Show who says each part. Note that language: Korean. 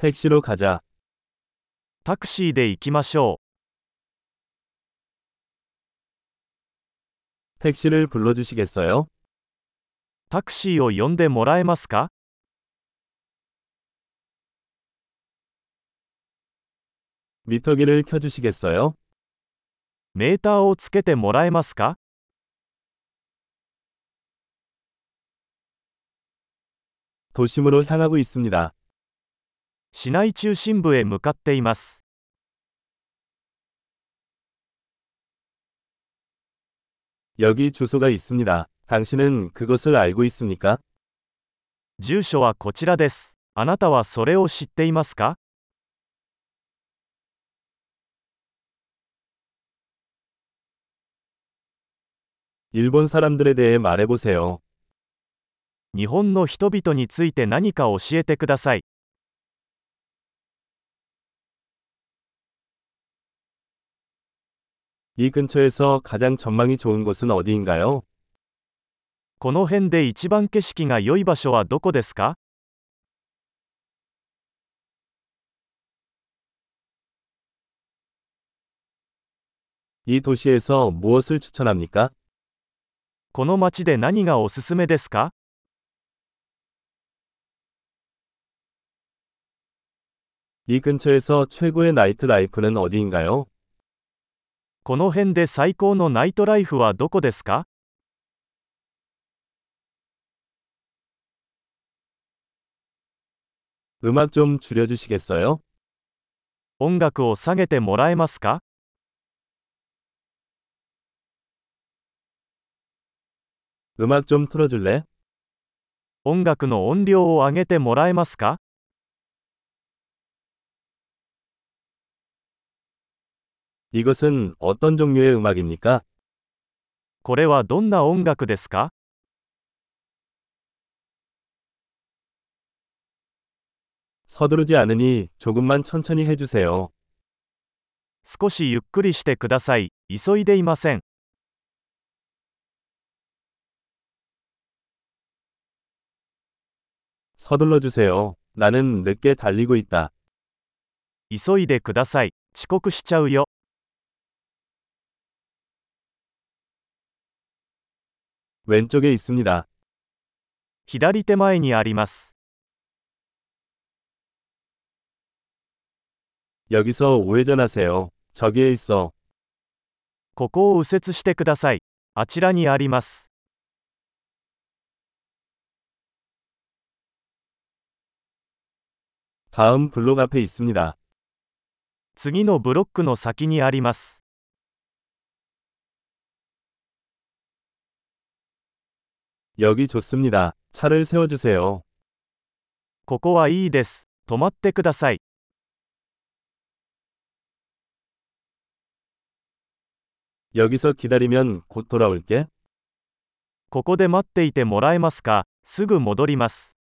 Speaker 1: 택시로 가자.
Speaker 2: タクシーで行きましょ
Speaker 1: 택시를 불러주시겠어요?
Speaker 2: う。タクシーを呼んでもらえますか
Speaker 1: 미터기를 켜주시겠어요?
Speaker 2: メーターをつけてもらえますか
Speaker 1: 도심으로 향하고 있습니다.
Speaker 2: 市内中心部へ向かっています。
Speaker 1: 여기 주소가 있습니다. 당신은 그것을 알고 있습니까?
Speaker 2: 住所はこちらです。あなたはそれを知っていますか
Speaker 1: 일본 사람들에 대해 말해보세요.
Speaker 2: 日本の人々について何か教えてください。
Speaker 1: 이 근처에서 가장 전망이 좋은 곳은 어디인가요?
Speaker 2: この辺で一番景色が良い場所はどこですか
Speaker 1: 이 도시에서 무엇을 추천합니까?
Speaker 2: この街で何がおすすめですか
Speaker 1: 이 근처에서 최고의 나이트 라이프는 어디인가요?
Speaker 2: この辺で最高のナイトライフはどこですか
Speaker 1: 음악 좀 줄여주시겠어요?
Speaker 2: 音楽を下げてもらえますか
Speaker 1: 음악 좀 틀어줄래?
Speaker 2: 音楽の音量を上げてもらえますか
Speaker 1: 이것은 어떤 종류의 음악입니까?
Speaker 2: これはどんな音楽ですか
Speaker 1: 서두르지 않으니 조금만 천천히 해주세요.
Speaker 2: 少しゆっくりしてください。急いでいません。
Speaker 1: 서둘러 주세요. 나는 늦게 달리고 있다.
Speaker 2: 急いでください。遅刻しちゃうよ。
Speaker 1: 왼쪽에 있습니다.
Speaker 2: 左手前にあります。
Speaker 1: 여기서 우회전하세요. 저기에 있어.
Speaker 2: ここを右折してください。あちらにあります。
Speaker 1: 다음 블록 앞에 있습니다.
Speaker 2: 次のブロックの先にあります。
Speaker 1: 여기 좋습니다. 차를 세워주세요.
Speaker 2: ここはいいです。止まってください。
Speaker 1: 여기서 기다리면 곧 돌아올게.
Speaker 2: ここで待っていてもらえますか。すぐ戻ります。